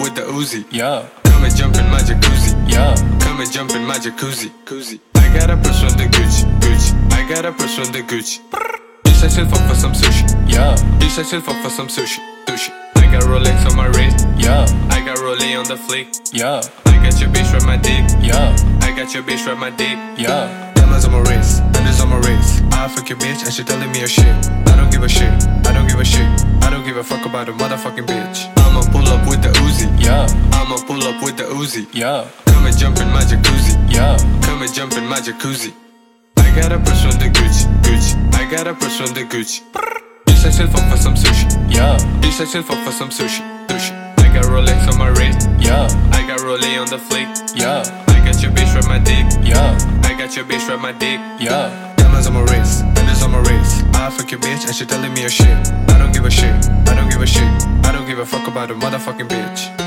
with the Uzi. Yeah, Come and jump in my jacuzzi. yeah, Come and jump in my jacuzzi. Koozie. I got a push on the Gucci. Gucci. I got a push on the Gucci. You said she'll fuck for some sushi. yeah, You said she'll fuck for some sushi. Sushi. I got Rolex on my wrist. yeah, I got Rollie on the flick. yeah, I got your bitch right my dick. yeah, I got your bitch right my dick. yeah, Diamonds on my wrist, diamonds on my wrist. I fuck your bitch and she telling me a shit. I don't give a shit, I don't give a shit. I don't give a fuck about a motherfucking bitch. I'ma pull up with the Uzi, yeah, I'ma pull up with the Uzi. yeah, Come and jump in my jacuzzi, yeah, come and jump in my jacuzzi. I got a push on the Gucci, Gucci. I got a push on the Gucci. You said she'll fuck for some sushi. yeah, You said she'll fuck for some sushi, sushi. I got Rolex on my wrist, yeah, I got Rollie on the flick. yeah, I got your bitch right my dick, yeah, I got your bitch right my dick. yeah, Diamonds on my wrist, diamonds on my wrist. I fuck your bitch and she telling me a shit. I don't give a shit, I don't give a shit. I don't give a fuck about a motherfucking bitch.